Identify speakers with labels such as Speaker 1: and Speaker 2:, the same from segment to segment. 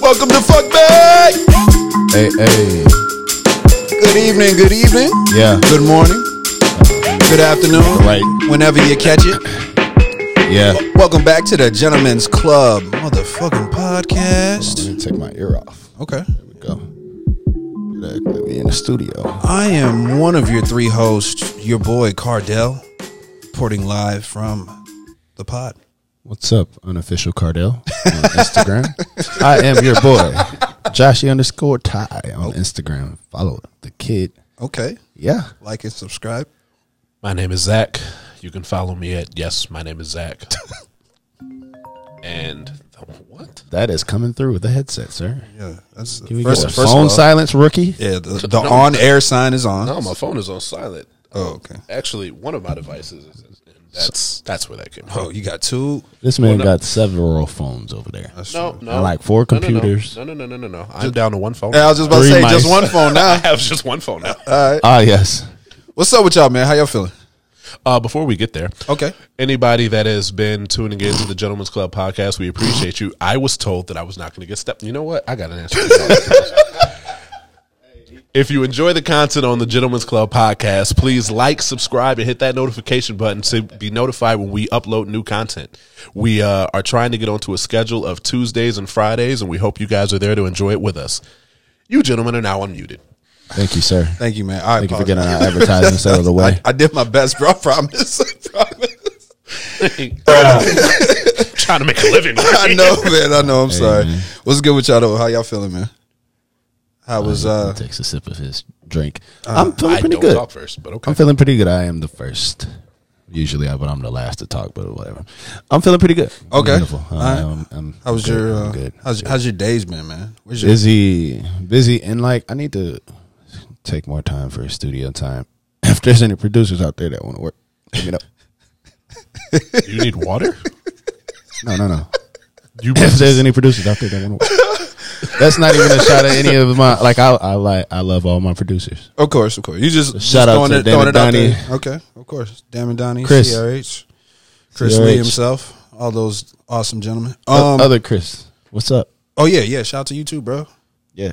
Speaker 1: Welcome to Fuck Bag.
Speaker 2: Hey, hey.
Speaker 1: Good evening, good evening,
Speaker 2: Yeah.
Speaker 1: good morning, good afternoon,
Speaker 2: Right.
Speaker 1: whenever you catch it.
Speaker 2: Yeah.
Speaker 1: Welcome back to the Gentlemen's Club motherfucking podcast.
Speaker 2: Let me take my ear off.
Speaker 1: Okay.
Speaker 2: There we go. Look, let me in the studio.
Speaker 1: I am one of your three hosts, your boy Cardell, reporting live from the pod.
Speaker 2: What's up, unofficial Cardell on Instagram? I am your boy, Joshy underscore Ty on Instagram. Follow the kid.
Speaker 1: Okay.
Speaker 2: Yeah.
Speaker 1: Like and subscribe.
Speaker 3: My name is Zach. You can follow me at yes. My name is Zach. and what?
Speaker 2: That is coming through with the headset, sir.
Speaker 1: Yeah. That's
Speaker 2: Can we
Speaker 1: first,
Speaker 2: get a
Speaker 1: first of
Speaker 2: phone
Speaker 1: all-
Speaker 2: silence, rookie?
Speaker 1: Yeah, the, the on air sign is on.
Speaker 3: No, my phone is on silent.
Speaker 1: Oh, okay.
Speaker 3: Actually, one of my devices is. And that's that's where that came from.
Speaker 1: Oh, you got two.
Speaker 2: This man got several phones over there.
Speaker 3: No, no,
Speaker 2: I like four
Speaker 3: No, no, no.
Speaker 2: computers.
Speaker 3: No, no, no, no, no, no. I'm down to one phone.
Speaker 1: Yeah, I was just about to say
Speaker 2: Three
Speaker 1: just
Speaker 2: mice.
Speaker 1: one phone
Speaker 3: I
Speaker 1: now.
Speaker 3: have just one phone now.
Speaker 2: Ah, yes.
Speaker 1: What's up with y'all, man? How y'all feeling?
Speaker 3: Uh, before we get there,
Speaker 1: Okay.
Speaker 3: Anybody that has been tuning in to the Gentleman's Club podcast, we appreciate you. I was told that I was not going to get stepped. You know what? I got an answer. if you enjoy the content on the Gentleman's Club podcast, please like, subscribe, and hit that notification button to be notified when we upload new content. We uh, are trying to get onto a schedule of Tuesdays and Fridays, and we hope you guys are there to enjoy it with us. You gentlemen are now unmuted.
Speaker 2: Thank you, sir.
Speaker 1: Thank you, man. I
Speaker 2: Thank you for
Speaker 1: apologize.
Speaker 2: getting our advertisements out of the way.
Speaker 1: I, I did my best, bro. I promise. I promise.
Speaker 3: Trying to make a living.
Speaker 1: I know, man. I know. I'm sorry.
Speaker 2: man.
Speaker 1: What's good with y'all though? How y'all feeling, man? How was uh
Speaker 2: takes a sip of his drink. I'm feeling
Speaker 3: I
Speaker 2: pretty
Speaker 3: don't
Speaker 2: good.
Speaker 3: talk first, but okay.
Speaker 2: I'm feeling pretty good. I am the first. Usually, I, but I'm the last to talk. But whatever. I'm feeling pretty good. I'm
Speaker 1: Okay.
Speaker 2: Beautiful.
Speaker 1: All right.
Speaker 2: I'm, I'm
Speaker 1: how was
Speaker 2: good.
Speaker 1: your
Speaker 2: I'm
Speaker 1: uh,
Speaker 2: good.
Speaker 1: how's how's your days been, man? Where's your
Speaker 2: busy, busy, and like I need to take more time for studio time. If there's any producers out there that want to work, let me know.
Speaker 3: You need water?
Speaker 2: No, no, no.
Speaker 3: You
Speaker 2: if there's any producers out there that want to work, that's not even a shot at any of my. Like I, I like, I love all my producers.
Speaker 1: Of course, of course. You just just
Speaker 2: Shout out
Speaker 1: throwing
Speaker 2: to
Speaker 1: it, throwing it
Speaker 2: Damon
Speaker 1: out
Speaker 2: Donnie.
Speaker 1: there. Okay, of course. Damon Donnie,
Speaker 2: Chris.
Speaker 1: CRH, Chris
Speaker 2: CRH.
Speaker 1: Lee himself, all those awesome gentlemen.
Speaker 2: O-
Speaker 1: Um,
Speaker 2: Other Chris, what's up?
Speaker 1: oh yeah, yeah. Shout out to you too, bro.
Speaker 2: Yeah.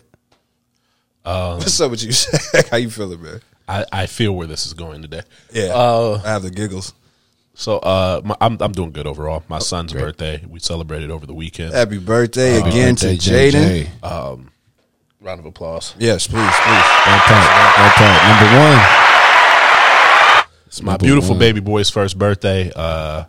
Speaker 2: Oh.
Speaker 1: What's up with you? Shaq? How you feeling, man?
Speaker 3: I, I feel where this is going today.
Speaker 1: Yeah,
Speaker 3: Uh,
Speaker 1: I have the giggles.
Speaker 3: So uh, my, I'm I'm doing good overall. My son's birthday we celebrated over the weekend.
Speaker 1: Happy birthday again
Speaker 2: Birthday,
Speaker 1: to Jaden.
Speaker 2: JJ.
Speaker 3: Round of applause.
Speaker 1: Yes, please, please.
Speaker 2: That part, that part. Number one.
Speaker 3: It's my
Speaker 2: Number
Speaker 3: beautiful
Speaker 2: one.
Speaker 3: baby boy's first birthday. Uh,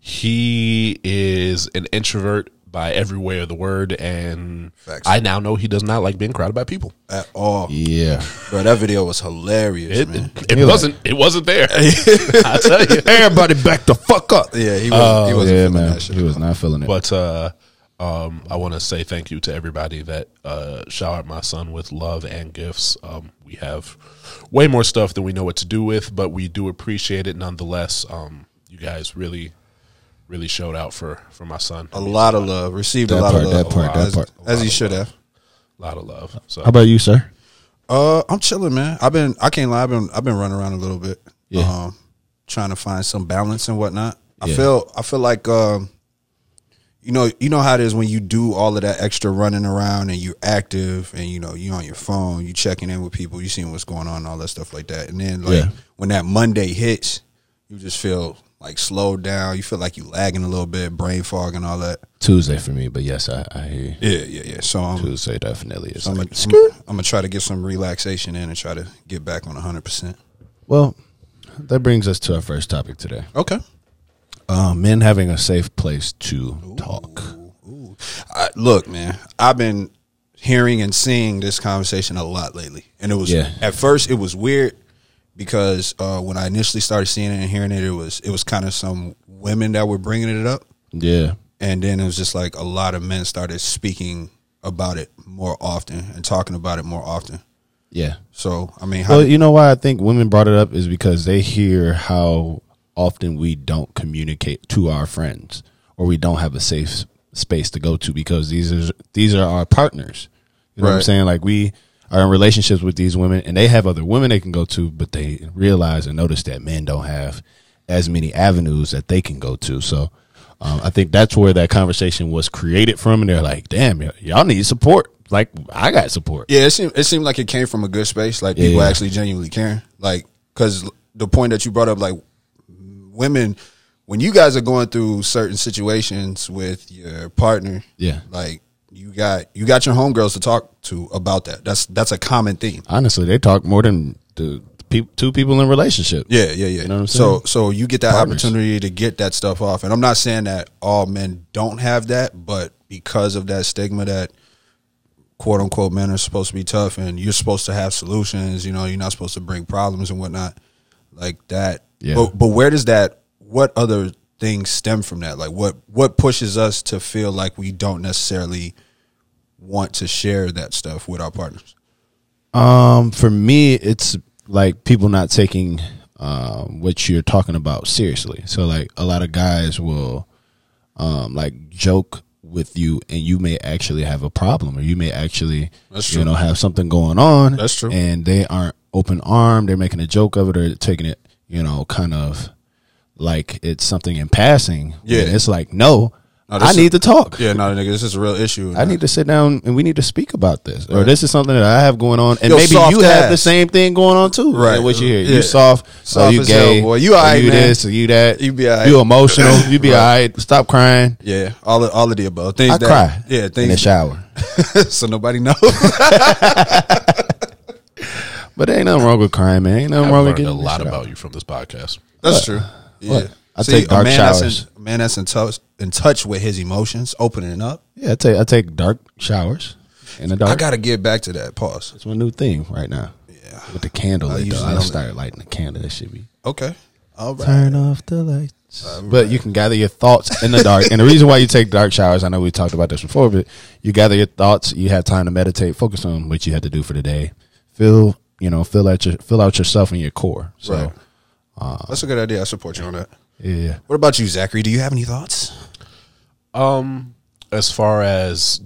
Speaker 3: he is an introvert by every way of the word, and
Speaker 1: Facts.
Speaker 3: I now know he does not like being crowded by people.
Speaker 1: At all,
Speaker 2: Yeah.
Speaker 1: bro. That video was hilarious,
Speaker 3: It
Speaker 1: man.
Speaker 3: it, wasn't it wasn't there. I tell you.
Speaker 2: Everybody back the fuck up.
Speaker 1: Yeah, he wasn't. he wasn't
Speaker 2: Oh, yeah,
Speaker 1: feeling
Speaker 2: man.
Speaker 1: that shit.
Speaker 2: He was not feeling it.
Speaker 3: But uh, um, I want to say thank you to everybody that uh, showered my son with love and gifts. Um, we have way more stuff than we know what to do with, but we do appreciate it nonetheless. Um, you guys really, really showed out for for my son.
Speaker 1: a lot of love received. a
Speaker 2: That
Speaker 1: lot of
Speaker 2: part,
Speaker 1: love.
Speaker 2: that part, that
Speaker 1: as,
Speaker 2: part.
Speaker 1: as he should have.
Speaker 3: A lot of love. So
Speaker 2: How about you, sir?
Speaker 1: Uh, I'm chilling, man. I've been. I can't lie. I've been. I've been running around a little bit.
Speaker 2: Yeah.
Speaker 1: Um, trying to find some balance and whatnot. I
Speaker 2: Yeah.
Speaker 1: feel. I feel like. Um, you know. You know how it is when you do all of that extra running around and you're active and you know you on your phone, you checking in with people, you seeing what's going on, and all that stuff like that. And then like
Speaker 2: Yeah.
Speaker 1: when that Monday hits, you just feel like slowed down. You feel like you lagging a little bit, brain fog and all that.
Speaker 2: Tuesday for me, but yes, I, I hear you.
Speaker 1: Yeah, yeah, yeah. So I'm.
Speaker 2: Tuesday definitely is.
Speaker 1: I'm
Speaker 2: like-
Speaker 1: gonna, I'm, gonna try to get some relaxation in and try to get back on 100. percent
Speaker 2: well, that brings us to our first topic today.
Speaker 1: Okay.
Speaker 2: Uh, men having a safe place to talk.
Speaker 1: I, look, man, I've been hearing and seeing this conversation a lot lately, and it was
Speaker 2: Yeah.
Speaker 1: at first it was weird because uh, when I initially started seeing it and hearing it, it was it was kind of some women that were bringing it up,
Speaker 2: Yeah.
Speaker 1: and then it was just like a lot of men started speaking about it more often and talking about it more often.
Speaker 2: Yeah.
Speaker 1: So I mean, how,
Speaker 2: Well, you know why I think women brought it up is because they hear how often we don't communicate to our friends or we don't have a safe space to go to because these are these are our partners. You know what I'm
Speaker 1: Right.
Speaker 2: saying? Like we are in relationships with these women and they have other women they can go to, but they realize and notice that men don't have as many avenues that they can go to. So Um, I think that's where that conversation was created from, and they're like, "Damn, y- y'all need support. Like I got support."
Speaker 1: Yeah, it seemed it seemed like it came from a good space. Like people
Speaker 2: Yeah.
Speaker 1: actually genuinely caring. Like because the point that you brought up, like women, when you guys are going through certain situations with your partner,
Speaker 2: Yeah.
Speaker 1: like you got you got your homegirls to talk to about that. That's that's a common theme.
Speaker 2: Honestly, they talk more than the peop two people in relationship.
Speaker 1: Yeah, yeah, yeah.
Speaker 2: know what I'm
Speaker 1: so so you get that opportunity to get that stuff off. And I'm not saying that all men don't have that, but because of that stigma that quote unquote men are supposed to be tough and you're supposed to have solutions, you know, you're not supposed to bring problems and whatnot. Like that.
Speaker 2: Yeah.
Speaker 1: But but where does that what other things stem from that? Like what what pushes us to feel like we don't necessarily want to share that stuff with our partners?
Speaker 2: Um, for me, it's like people not taking um what you're talking about seriously. So like a lot of guys will um like joke with you and you may actually have a problem or you may actually
Speaker 1: That's
Speaker 2: you
Speaker 1: true.
Speaker 2: know have something going on.
Speaker 1: That's true.
Speaker 2: And they aren't open armed, they're making a joke of it or taking it, you know, kind of like it's something in passing.
Speaker 1: Yeah.
Speaker 2: And it's like, no,
Speaker 1: No, this
Speaker 2: I
Speaker 1: is-
Speaker 2: need to talk.
Speaker 1: Yeah, no, nigga, this is a real issue.
Speaker 2: I need to sit down and we need to speak about this. Or this is something that I have going on, and
Speaker 1: Yo,
Speaker 2: maybe
Speaker 1: soft
Speaker 2: you have the
Speaker 1: ass.
Speaker 2: same thing going on too.
Speaker 1: Right.
Speaker 2: Like What you hear?
Speaker 1: Yeah.
Speaker 2: You soft,
Speaker 1: Soft
Speaker 2: soft you
Speaker 1: as hell,
Speaker 2: gay,
Speaker 1: boy.
Speaker 2: boy.
Speaker 1: You alright,
Speaker 2: you
Speaker 1: man.
Speaker 2: this or you that.
Speaker 1: You be alright.
Speaker 2: You emotional. You be alright. Stop crying.
Speaker 1: Yeah, all of, all of the above things.
Speaker 2: I
Speaker 1: that,
Speaker 2: cry.
Speaker 1: Yeah,
Speaker 2: in the
Speaker 1: things.
Speaker 2: shower.
Speaker 1: so nobody knows.
Speaker 2: But there ain't nothing wrong with crying, man. Ain't nothing
Speaker 3: I've
Speaker 2: wrong with
Speaker 3: learned
Speaker 2: getting
Speaker 3: a
Speaker 2: in the
Speaker 3: lot
Speaker 2: shower.
Speaker 3: about you from this podcast.
Speaker 1: That's true. Yeah,
Speaker 2: what? I take dark
Speaker 1: a man That's
Speaker 2: showers.
Speaker 1: in, a man that's in touch in touch with his emotions, opening up.
Speaker 2: Yeah, I take I take dark showers in the dark.
Speaker 1: I got to get back to that. Pause.
Speaker 2: it's my new thing right now.
Speaker 1: Yeah.
Speaker 2: With the candle, I,
Speaker 1: usually
Speaker 2: I
Speaker 1: don't-
Speaker 2: start lighting the candle. That should be
Speaker 1: Okay. All right.
Speaker 2: Turn off the lights. Uh, But you can gather your thoughts in the dark. and the reason why you take dark showers, I know we talked about this before, but you gather your thoughts, you have time to meditate, focus on what you had to do for the day. Feel, you know, fill out your fill out yourself and your core. So
Speaker 1: Right. Uh, That's a good idea. I support you on that.
Speaker 2: yeah.
Speaker 1: What about you, Zachary? Do you have any thoughts?
Speaker 3: Um, as far as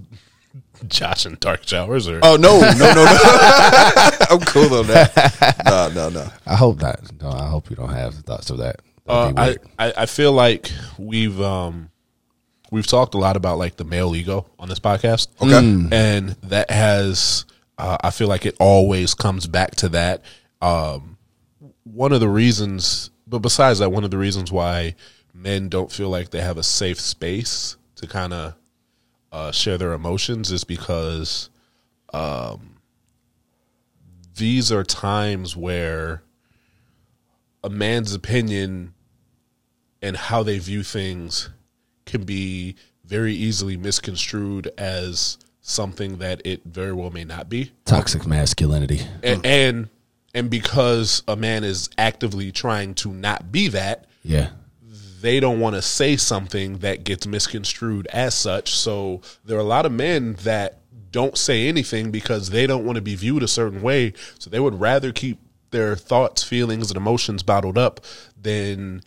Speaker 3: Josh and dark showers, or
Speaker 1: Oh no, no, no, no. I'm cool on that. No, no, no.
Speaker 2: I hope not. No, I hope you don't have thoughts of that.
Speaker 3: Uh,
Speaker 2: That'd be
Speaker 3: I,
Speaker 2: weird.
Speaker 3: I I feel like we've um we've talked a lot about like the male ego on this podcast.
Speaker 1: Okay. Mm.
Speaker 3: and that has uh, I feel like it always comes back to that. Um, one of the reasons, but besides that, one of the reasons why men don't feel like they have a safe space to kind of uh, share their emotions is because um, these are times where a man's opinion and how they view things can be very easily misconstrued as something that it very well may not be.
Speaker 2: Toxic masculinity.
Speaker 3: And and, and because a man is actively trying to not be that,
Speaker 2: Yeah.
Speaker 3: they don't want to say something that gets misconstrued as such. So there are a lot of men that don't say anything because they don't want to be viewed a certain way. So they would rather keep their thoughts, feelings, and emotions bottled up than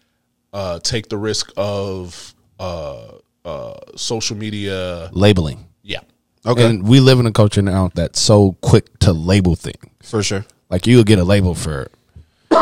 Speaker 3: uh, take the risk of uh, uh, social media.
Speaker 2: Labeling.
Speaker 3: Yeah.
Speaker 1: Okay.
Speaker 2: And we live in a culture now that's so quick to label things.
Speaker 1: For sure.
Speaker 2: Like you'll get a label for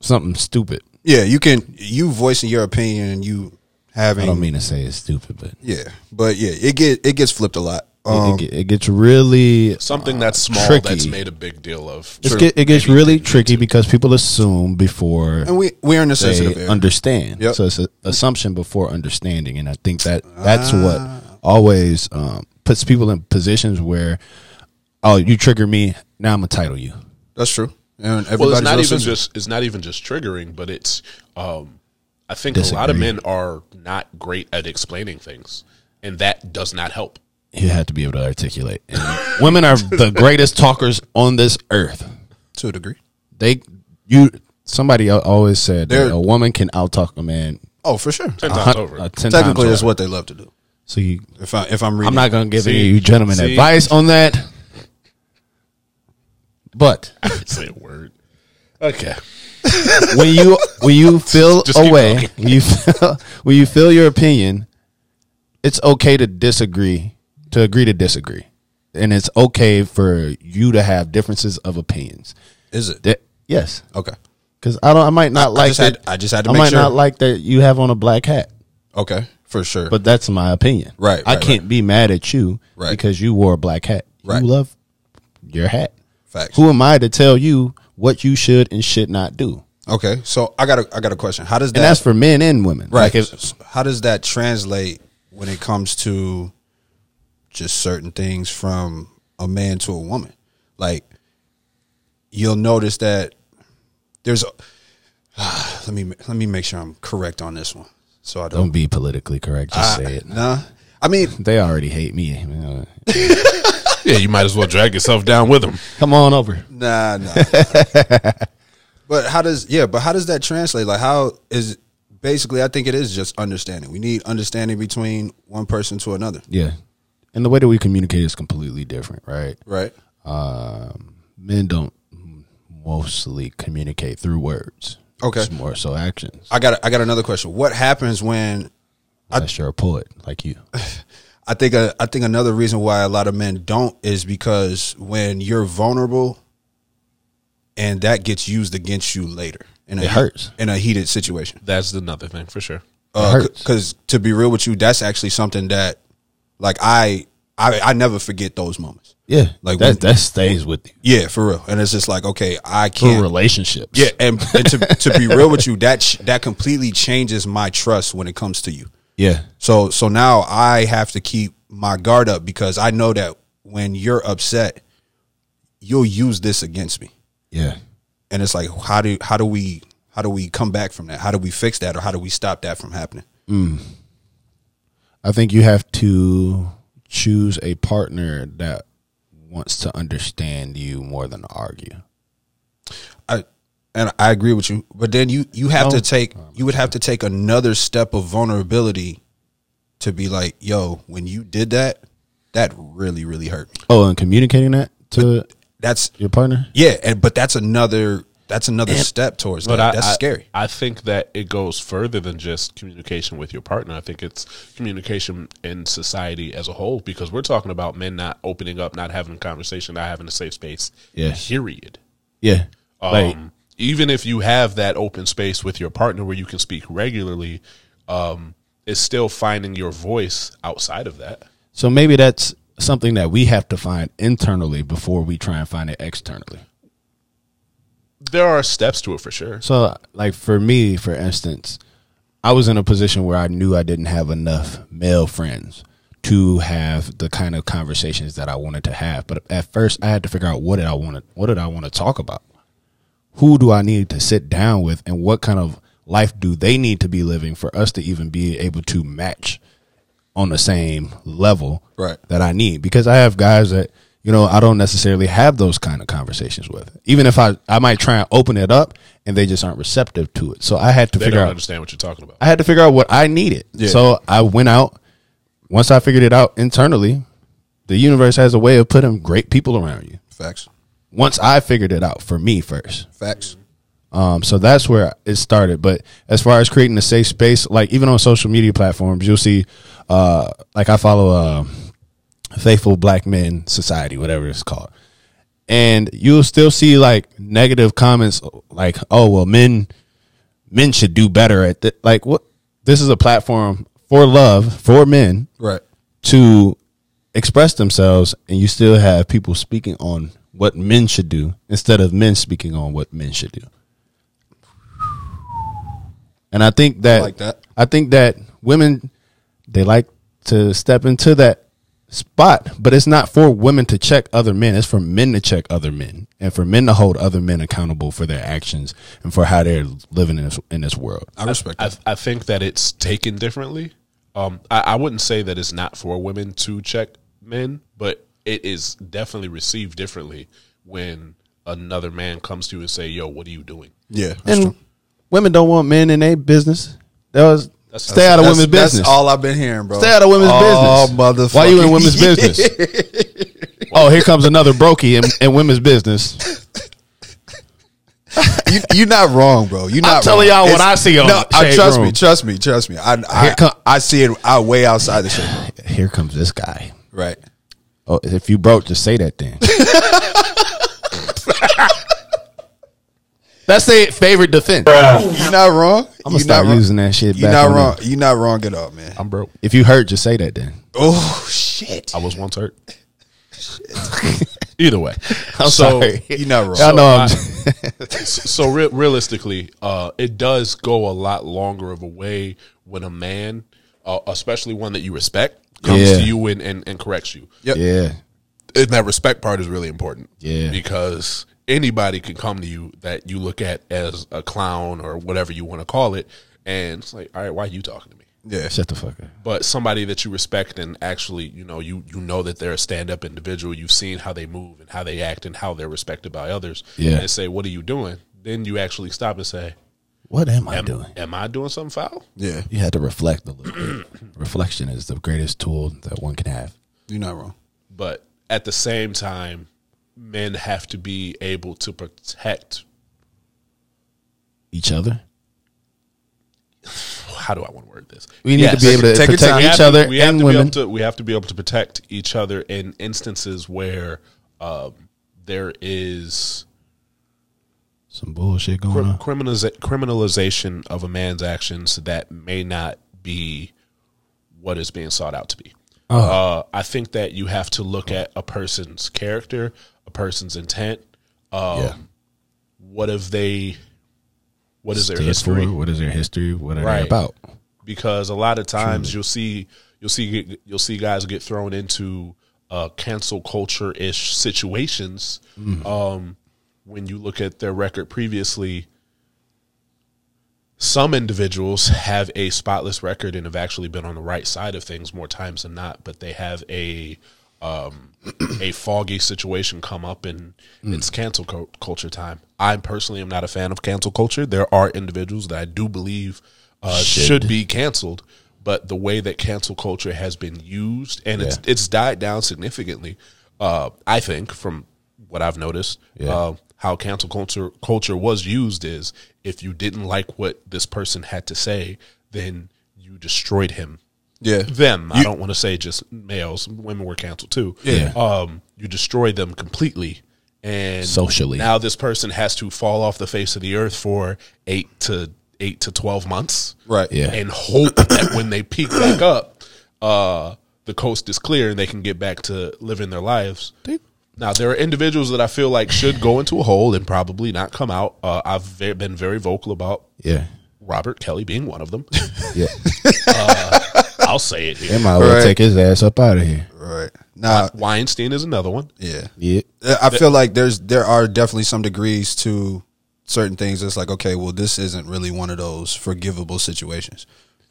Speaker 2: something stupid.
Speaker 1: Yeah, you can. You voicing your opinion and you having.
Speaker 2: I don't mean to say it's stupid, but
Speaker 1: yeah, but yeah, it get it gets flipped a lot. Um,
Speaker 2: it, get, it gets really
Speaker 3: Something that's small that's
Speaker 2: tricky.
Speaker 3: made a big deal of.
Speaker 2: it's get, it gets really tricky because people assume before
Speaker 1: and we we're in a sensitive
Speaker 2: they
Speaker 1: area.
Speaker 2: understand.
Speaker 1: Yep.
Speaker 2: So it's an assumption before understanding, and I think that that's
Speaker 1: Ah.
Speaker 2: what always um, puts people in positions where, oh, you trigger me, now I'm gonna title you.
Speaker 1: That's true. And everybody's
Speaker 3: well it's not
Speaker 1: real
Speaker 3: even
Speaker 1: sensitive.
Speaker 3: just it's not even just triggering but it's um i think a lot of
Speaker 2: Disagree.
Speaker 3: men are not great at explaining things and that does not help
Speaker 2: You have to be able to articulate. And women are the greatest talkers on this earth.
Speaker 1: to a degree.
Speaker 2: They you somebody al- always said
Speaker 1: They're-
Speaker 2: that a woman can outtalk a man.
Speaker 1: Oh, for sure.
Speaker 3: 10
Speaker 2: a
Speaker 3: times
Speaker 2: hun-
Speaker 3: over
Speaker 2: uh, 10
Speaker 1: Technically,
Speaker 2: times
Speaker 1: that's
Speaker 2: over.
Speaker 1: what they love to do.
Speaker 2: So you
Speaker 1: If I if I'm reading,
Speaker 2: I'm not going to give
Speaker 3: See?
Speaker 2: any of you gentlemen
Speaker 3: See?
Speaker 2: advice on that. But
Speaker 3: say a word okay
Speaker 2: when you when you feel
Speaker 3: Just keep
Speaker 2: away,
Speaker 3: talking.
Speaker 2: when you feel, when you feel your opinion, it's okay to disagree, to agree to disagree, and it's okay for you to have differences of opinions.
Speaker 1: Is it
Speaker 2: That, yes,
Speaker 1: okay?
Speaker 2: because I don't. I might not like
Speaker 1: just had-
Speaker 2: that.
Speaker 1: I just had to
Speaker 2: I
Speaker 1: make
Speaker 2: might
Speaker 1: sure.
Speaker 2: not like that you have on a black hat.
Speaker 1: Okay, for sure.
Speaker 2: But that's my opinion.
Speaker 1: Right,
Speaker 2: I
Speaker 1: right,
Speaker 2: can't be mad at you
Speaker 1: Right.
Speaker 2: because you wore a black hat.
Speaker 1: Right.
Speaker 2: You love your hat.
Speaker 1: Facts.
Speaker 2: Who am I to tell you what you should and should not do?
Speaker 1: okay, so I got a I got a question. How does that
Speaker 2: And that's for men and women.
Speaker 1: right?
Speaker 2: Like if,
Speaker 1: S- how does that translate when it comes to just certain things from a man to a woman? Like you'll notice that there's a, let me let me make sure I'm correct on this one, so I don't,
Speaker 2: don't be politically correct. Just say it.
Speaker 1: Nah, I mean
Speaker 2: They already hate me.
Speaker 3: Yeah, you might as well drag yourself down with them.
Speaker 2: Come on over.
Speaker 1: Nah, nah. but how does yeah? But how does that translate? Like, how is basically? I think it is just understanding. We need understanding between one person to another,
Speaker 2: Yeah. And the way that we communicate is completely different, right?
Speaker 1: right?
Speaker 2: Um, men don't mostly communicate through words.
Speaker 1: Okay.
Speaker 2: It's more so actions.
Speaker 1: I got I got another question. What happens when
Speaker 2: Unless you're a poet like you.
Speaker 1: I think uh, I think another reason why a lot of men don't is because when you're vulnerable, and that gets used against you later. In a
Speaker 2: It hurts.
Speaker 1: in a heated situation.
Speaker 3: That's another thing for sure.
Speaker 2: hurts.
Speaker 1: because Uh, to be real with you, that's actually something that, like, I I, I never forget those moments.
Speaker 2: Yeah.
Speaker 1: Like
Speaker 2: Like that,
Speaker 1: when-
Speaker 2: that stays with you
Speaker 1: Yeah, for real. And it's just like, okay, I
Speaker 2: for
Speaker 1: can't.
Speaker 2: relationships.
Speaker 1: Yeah, and, and to, to be real with you, that ch- that completely changes my trust when it comes to you.
Speaker 2: Yeah.
Speaker 1: So so now I have to keep my guard up because I know that when you're upset, you'll use this against me.
Speaker 2: Yeah.
Speaker 1: And it's like, how do how do we how do we come back from that? How do we fix that, or how do we stop that from happening?
Speaker 2: I think you have to choose a partner that wants to understand you more than argue.
Speaker 1: I and I agree with you, but then you you have to take you would have to take another step of vulnerability to be like, yo, when you did that, that really really hurt me.
Speaker 2: Oh, and communicating that to
Speaker 1: That's
Speaker 2: your partner?
Speaker 1: yeah, and but that's another that's another step towards that. that's scary.
Speaker 3: I think that it goes further than just communication with your partner. I think it's communication in society as a whole because we're talking about men not opening up, not having a conversation, not having a safe space.
Speaker 2: Yeah.
Speaker 3: Period.
Speaker 2: Yeah.
Speaker 3: Um,
Speaker 2: like,
Speaker 3: even if you have that open space with your partner where you can speak regularly, um, it's still finding your voice outside of that.
Speaker 2: So maybe that's something that we have to find internally before we try and find it externally.
Speaker 3: There are steps to it for sure.
Speaker 2: So, like for me, for instance, I was in a position where I knew I didn't have enough male friends to have the kind of conversations that I wanted to have. But at first, I had to figure out what did I want to what did I want to talk about. Who do I need to sit down with, and what kind of life do they need to be living for us to even be able to match on the same level
Speaker 1: Right.
Speaker 2: that I need? Because I have guys that you know I don't necessarily have those kind of conversations with. Even if I I might try and open it up, and they just aren't receptive to it. So I had to
Speaker 3: They
Speaker 2: figure
Speaker 3: don't
Speaker 2: out
Speaker 3: understand what you're talking about.
Speaker 2: I had to figure out what I needed. So I went out. Once I figured it out internally, the universe has a way of putting great people around you.
Speaker 1: Facts,
Speaker 2: Once I figured it out for me first.
Speaker 1: facts.
Speaker 2: Um, so that's where it started. But as far as creating a safe space, like even on social media platforms, you'll see, uh, like I follow uh, Faithful Black Men Society, whatever it's called, and you'll still see like negative comments, like "Oh well, men, men should do better at this." Like what? This is a platform for love for men
Speaker 1: Right,
Speaker 2: to express themselves, and you still have people speaking on what men should do instead of men speaking on what men should do. And I think that,
Speaker 1: like that.
Speaker 2: I think that women they like to step into that spot, but it's not for women to check other men. It's for men to check other men, and for men to hold other men accountable for their actions and for how they're living in this, in this world.
Speaker 1: I respect
Speaker 3: I,
Speaker 1: that.
Speaker 3: I think that it's taken differently. Um, I, I wouldn't say that it's not for women to check men, but it is definitely received differently when another man comes to you and say, "Yo, what are you doing?"
Speaker 1: Yeah,
Speaker 2: and women don't want men in their business. That was
Speaker 3: That's-
Speaker 2: stay out of
Speaker 1: That's-
Speaker 2: women's
Speaker 1: that's
Speaker 2: business.
Speaker 1: all I've been hearing, bro.
Speaker 2: Stay out of women's
Speaker 3: Oh,
Speaker 1: All
Speaker 2: business. Why you in
Speaker 1: motherfucking-
Speaker 2: women's business? oh, here comes another brokey in, in women's business.
Speaker 1: you, you're not wrong, bro. You're not.
Speaker 2: telling
Speaker 1: wrong.
Speaker 2: y'all what I see on
Speaker 1: no, I-
Speaker 2: Shade
Speaker 1: trust me,
Speaker 2: Room.
Speaker 1: trust me, trust me. I I,
Speaker 2: Here come-
Speaker 1: I see it out way outside the shit, bro.
Speaker 2: Here comes this guy.
Speaker 1: Right.
Speaker 2: Oh, if you broke, just say that then. That's their favorite defense.
Speaker 1: You're not wrong.
Speaker 2: I'm gonna
Speaker 1: You're
Speaker 2: start
Speaker 1: not wrong.
Speaker 2: using that shit.
Speaker 1: You're
Speaker 2: back
Speaker 1: not
Speaker 2: on
Speaker 1: wrong.
Speaker 2: it.
Speaker 1: You're not wrong at all, man.
Speaker 3: I'm broke.
Speaker 2: If you hurt, just say that then.
Speaker 1: Oh shit.
Speaker 3: I was once hurt. Either way,
Speaker 2: I'm
Speaker 3: so
Speaker 2: sorry.
Speaker 1: You're not wrong.
Speaker 2: Y'all know I'm
Speaker 3: so re- realistically, uh, it does go a lot longer of a way when a man, uh, especially one that you respect, comes
Speaker 2: Yeah.
Speaker 3: to you and, and, and corrects you.
Speaker 1: Yep.
Speaker 2: yeah.
Speaker 3: And that respect part is really important.
Speaker 2: Yeah.
Speaker 3: Because anybody can come to you that you look at as a clown or whatever you want to call it. And it's like, all right, why are you talking to me?
Speaker 1: Yeah.
Speaker 2: Shut the fuck up.
Speaker 3: but somebody that you respect and actually you know you you know that they're a stand-up individual you've seen how they move and how they act and how they're respected by others
Speaker 2: Yeah.
Speaker 3: and say what are you doing then you actually stop and say
Speaker 2: What am I
Speaker 3: am,
Speaker 2: doing?
Speaker 3: am i doing something foul
Speaker 1: Yeah.
Speaker 2: You had to reflect a little bit. Reflection is the greatest tool that one can have.
Speaker 1: You're not wrong.
Speaker 3: but at the same time men have to be able to protect
Speaker 2: Each other.
Speaker 3: how do i want to word this
Speaker 2: We need
Speaker 1: Yes.
Speaker 2: to be able to
Speaker 1: Take your
Speaker 2: protect
Speaker 1: time.
Speaker 2: each
Speaker 3: We have
Speaker 2: other
Speaker 3: to- we have
Speaker 2: and
Speaker 3: to Be
Speaker 2: women.
Speaker 3: able to, we have to be able to protect each other in instances where um, there is
Speaker 2: Some bullshit going
Speaker 3: cri-
Speaker 2: on.
Speaker 3: criminaliza- criminalization of a man's actions that may not be what is being sought out to be.
Speaker 2: Uh-huh.
Speaker 3: Uh, I think that you have to look at a person's character, a person's intent. Um,
Speaker 2: Yeah.
Speaker 3: What have they? What is their
Speaker 2: Stood
Speaker 3: history?
Speaker 2: for, What is their history? What are
Speaker 3: Right.
Speaker 2: they about?
Speaker 3: because a lot of times you'll see you'll see you'll see guys get thrown into uh, cancel culture ish situations. Um, when you look at their record previously, some individuals have a spotless record and have actually been on the right side of things more times than not, but they have a um, a foggy situation come up and it's cancel cul- culture time. I personally am not a fan of cancel culture. There are individuals that I do believe uh, should. be canceled, but the way that cancel culture has been used and it's it's died down significantly. Uh, I think from what I've noticed, uh, how cancel culture culture was used is if you didn't like what this person had to say, then you destroyed him
Speaker 1: Yeah.
Speaker 3: them. I don't want to say just males. Women were canceled too.
Speaker 2: Yeah.
Speaker 3: Um, you destroy them completely, and
Speaker 2: Socially.
Speaker 3: now this person has to fall off the face of the earth for eight to eight to twelve months,
Speaker 1: Right.
Speaker 2: Yeah.
Speaker 3: And hope that when they peak back up, uh, the coast is clear and they can get back to living their lives. Now there are individuals that I feel like should go into a hole and probably not come out. Uh, I've ve- been very vocal about
Speaker 2: Yeah.
Speaker 3: Robert Kelly being one of them.
Speaker 2: Yeah.
Speaker 3: I'll say it here.
Speaker 2: They might well
Speaker 1: Right.
Speaker 2: take his ass up out of here.
Speaker 1: Right. Nah.
Speaker 3: Weinstein is another one.
Speaker 1: Yeah.
Speaker 2: Yeah.
Speaker 1: Uh, I feel like there's there are definitely some degrees to certain things. It's like okay, well, this isn't really one of those forgivable situations.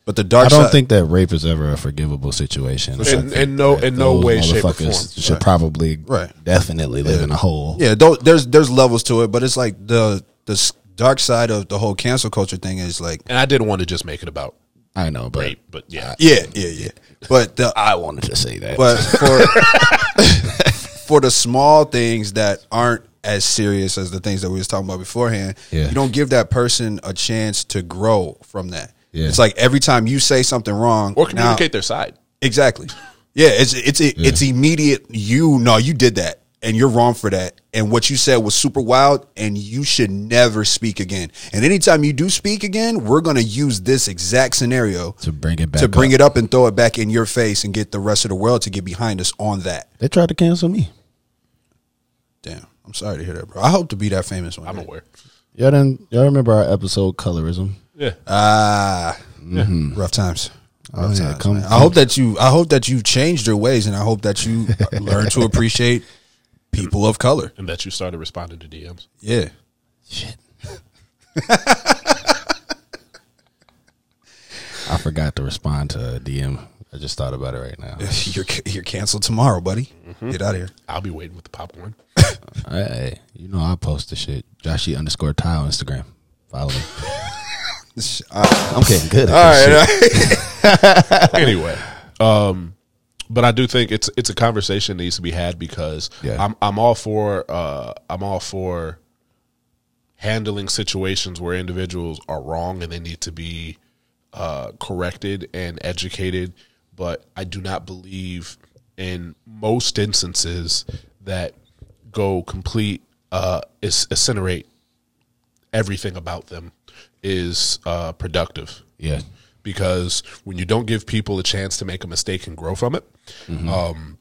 Speaker 1: But the dark
Speaker 2: I don't
Speaker 1: side,
Speaker 2: think that rape is ever a forgivable situation. I
Speaker 3: In-
Speaker 2: think
Speaker 3: in no-
Speaker 2: that
Speaker 3: in no
Speaker 2: those
Speaker 3: way, shape, or
Speaker 2: motherfuckers
Speaker 3: form.
Speaker 2: Should probably,
Speaker 1: Right.
Speaker 2: definitely live in a hole.
Speaker 1: yeah, tho- there's there's levels to it, but it's like the the s- dark side of the whole cancel culture thing is like
Speaker 3: and I didn't want to just make it about
Speaker 2: I know, but
Speaker 3: rape, but yeah,
Speaker 1: yeah, yeah, yeah. But the
Speaker 2: I wanted to say that.
Speaker 1: but for for the small things that aren't as serious as the things that we was talking about beforehand,
Speaker 2: Yeah.
Speaker 1: you don't give that person a chance to grow from that.
Speaker 2: Yeah.
Speaker 1: It's like every time you say something wrong
Speaker 3: or
Speaker 1: now-
Speaker 3: communicate their side.
Speaker 1: Exactly. Yeah, it's it's it's immediate. You no, you did that, and you're wrong for that. And what you said was super wild, and you should never speak again. And anytime you do speak again, we're gonna use this exact scenario
Speaker 2: to bring it back,
Speaker 1: to bring it up and throw it back in your face and get the rest of the world to get behind us on that.
Speaker 2: they tried to cancel me.
Speaker 1: Damn, I'm sorry to hear that, bro. I hope to be that famous one.
Speaker 3: I'm
Speaker 1: day.
Speaker 3: aware.
Speaker 2: Y'all didn't, y'all remember our episode colorism?
Speaker 3: Yeah,
Speaker 1: Ah, rough times.
Speaker 2: Oh, yeah, come-
Speaker 1: man. I hope that you. I hope that you changed your ways, and I hope that you learn to appreciate people of color.
Speaker 3: and that you started responding to DMs.
Speaker 1: Yeah.
Speaker 2: Shit. I forgot to respond to a DM. I just thought about it right now.
Speaker 1: you're you're canceled tomorrow, buddy. Get out of here.
Speaker 3: I'll be waiting with the popcorn.
Speaker 2: Hey, hey, you know I post the shit. Joshy underscore Ty on Instagram. Follow me. I'm getting good at this
Speaker 1: uh,
Speaker 2: shit.
Speaker 3: anyway, um, but I do think it's it's a conversation that needs to be had because
Speaker 2: Yeah.
Speaker 3: I'm I'm all for uh, I'm all for handling situations where individuals are wrong and they need to be uh, corrected and educated. But I do not believe in most instances that go complete uh, is- incinerate everything about them is uh, productive
Speaker 2: Yeah.
Speaker 3: because when you don't give people a chance to make a mistake and grow from it,
Speaker 1: Mm-hmm.
Speaker 3: um,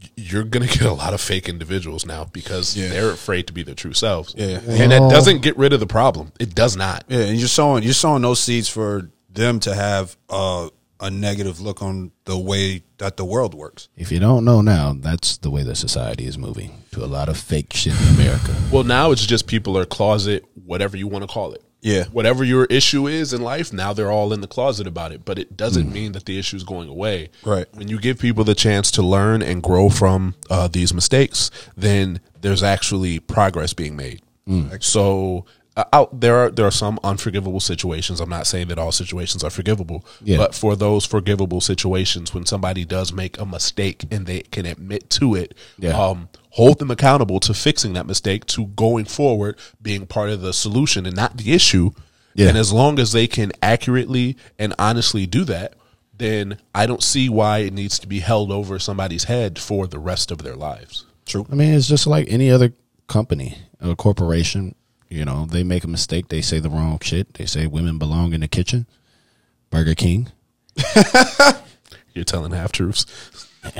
Speaker 3: y- you're going to get a lot of fake individuals now because
Speaker 1: Yeah.
Speaker 3: they're afraid to be their true selves.
Speaker 1: Yeah.
Speaker 3: And that doesn't get rid of the problem. It does not.
Speaker 1: Yeah, and you're sowing you're sowing those seeds for them to have uh, a negative look on the way that the world works.
Speaker 2: If you don't know now, that's the way the society is moving to a lot of fake shit in America.
Speaker 3: Well, now it's just people are closet, whatever you want to call it.
Speaker 1: Yeah.
Speaker 3: Whatever your issue is in life, now they're all in the closet about it. But it doesn't mean that the issue is going away.
Speaker 1: Mm. Right.
Speaker 3: When you give people the chance to learn and grow from uh, these mistakes, then there's actually progress being made.
Speaker 2: Mm.
Speaker 3: So. Uh, out there are there are some unforgivable situations. I'm not saying that all situations are forgivable,
Speaker 2: Yeah.
Speaker 3: but for those forgivable situations, when somebody does make a mistake and they can admit to it,
Speaker 2: Yeah.
Speaker 3: um, hold them accountable to fixing that mistake, to going forward, being part of the solution and not the issue.
Speaker 2: Yeah.
Speaker 3: And as long as they can accurately and honestly do that, then I don't see why it needs to be held over somebody's head for the rest of their lives.
Speaker 1: True.
Speaker 2: I mean, it's just like any other company or corporation. You know, they make a mistake. They say the wrong shit. They say women belong in the kitchen. Burger King.
Speaker 3: You're telling half truths.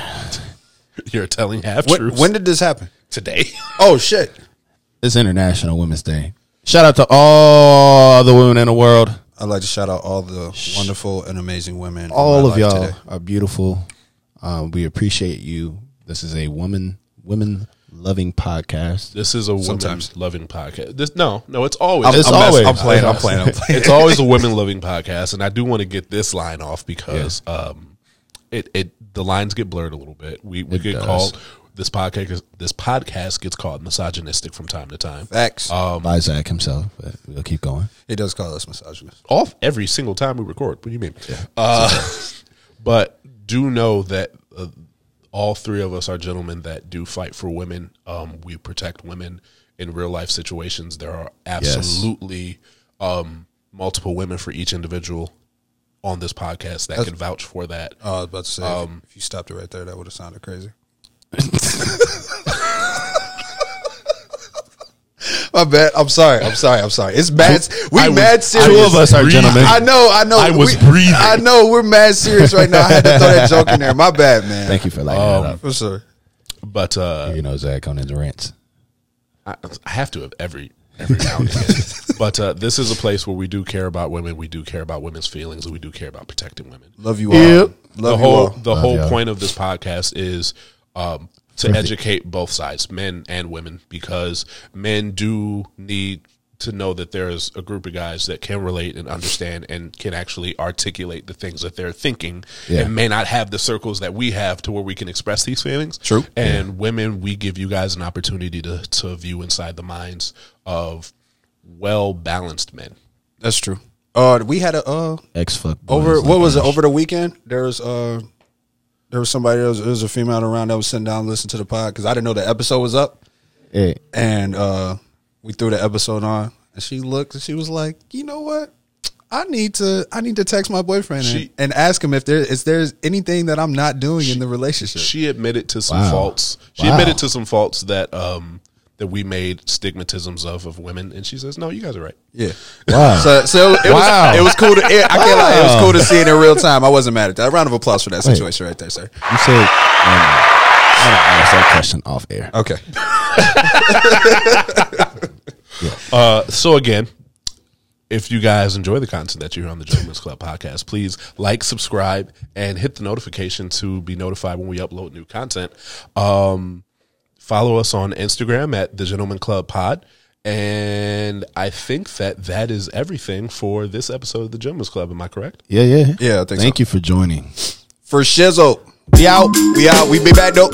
Speaker 3: You're telling half
Speaker 1: When,
Speaker 3: truths
Speaker 1: when did this happen?
Speaker 3: today.
Speaker 1: Oh shit!
Speaker 2: It's International Women's Day. Shout out to all the women in the world.
Speaker 1: I'd like to shout out all the wonderful and amazing women. in
Speaker 2: All
Speaker 1: my
Speaker 2: of
Speaker 1: life
Speaker 2: y'all
Speaker 1: today.
Speaker 2: are beautiful. Um, we appreciate you. This is a woman women loving podcast.
Speaker 3: This is a women's
Speaker 1: Sometimes.
Speaker 3: loving podcast. This no, no, it's always
Speaker 2: Oh, It's
Speaker 1: mess-
Speaker 2: always-
Speaker 1: I'm playing. I'm playing. I'm playing.
Speaker 3: it's always a women loving podcast, and I do want to get this line off because um, it it the lines get blurred a little bit. We we
Speaker 2: It
Speaker 3: get
Speaker 2: does.
Speaker 3: called this podcast is- this podcast gets called misogynistic from time to time.
Speaker 1: Facts.
Speaker 2: By Zach himself, but we'll keep going.
Speaker 1: he does call us misogynist.
Speaker 3: Off every single time we record. What do you mean? Uh, but do know that uh, all three of us are gentlemen that do fight for women. Um, we protect women in real life situations. There are absolutely um, multiple women for each individual on this podcast that can vouch for that.
Speaker 1: Uh, I was about to say, if you stopped it right there, that would have sounded crazy. My bad. I'm sorry. I'm sorry. I'm sorry. It's mad. We
Speaker 3: I was-
Speaker 1: mad serious.
Speaker 2: Two of us are
Speaker 3: breathing.
Speaker 2: gentlemen.
Speaker 1: I know. I know.
Speaker 3: I was
Speaker 1: we-
Speaker 3: breathing.
Speaker 1: I know. We're mad serious right now. I had to throw that joke in there. My bad, man.
Speaker 2: Thank you for lighting that
Speaker 1: For sure.
Speaker 3: But uh,
Speaker 2: up. You know, Zach on his rants.
Speaker 3: I, I have to have every every now and again. but uh, this is a place where we do care about women. We do care about women's feelings, and we do care about protecting women.
Speaker 1: Love you all.
Speaker 2: Yep.
Speaker 1: Love
Speaker 3: the
Speaker 1: you
Speaker 3: whole
Speaker 1: all.
Speaker 3: the whole
Speaker 2: y'all.
Speaker 3: point of this podcast is um, to educate both sides, men and women, because men do need to know that there is a group of guys that can relate and understand and can actually articulate the things that they're thinking
Speaker 2: Yeah.
Speaker 3: and may not have the circles that we have to where we can express these feelings.
Speaker 1: True.
Speaker 3: And women, we give you guys an opportunity to to view inside the minds of well balanced men.
Speaker 1: That's true. Uh, we had a uh
Speaker 2: Ex fuck.
Speaker 1: over. What was it? Over the weekend, there was uh, there was somebody. There was, there was a female around that was sitting down listening to the pod because I didn't know the episode was up.
Speaker 2: Hey,
Speaker 1: and uh we threw the episode on and she looked and she was like you know what i need to i need to text my boyfriend and-
Speaker 3: She-
Speaker 1: and, ask him if there is there's anything that i'm not doing in the relationship
Speaker 3: She admitted to some
Speaker 2: Wow.
Speaker 3: faults. She
Speaker 2: Wow.
Speaker 3: admitted to some faults that um that we made stigmatisms of of women, and she says, "No, you guys are right."
Speaker 1: yeah
Speaker 2: Wow.
Speaker 1: so so it
Speaker 2: Wow.
Speaker 1: was it was cool to it, i can't lie it was
Speaker 2: Wow.
Speaker 1: cool to see it in real time i wasn't mad at that round of applause for that situation right there sir
Speaker 2: you said. Um, I gotta ask that question off air.
Speaker 1: okay
Speaker 3: Uh, so again. If you guys enjoy the content that you hear on the Gentlemen's Club podcast, please like, subscribe, and hit the notification to be notified when we upload new content. Um, follow us on Instagram at the Gentleman Club Pod. And I think that that is everything for this episode of the Gentlemen's Club. Am I correct?
Speaker 2: Yeah, yeah,
Speaker 1: Yeah, I think
Speaker 2: Thank you for joining.
Speaker 1: for shizzle we out we out we be back though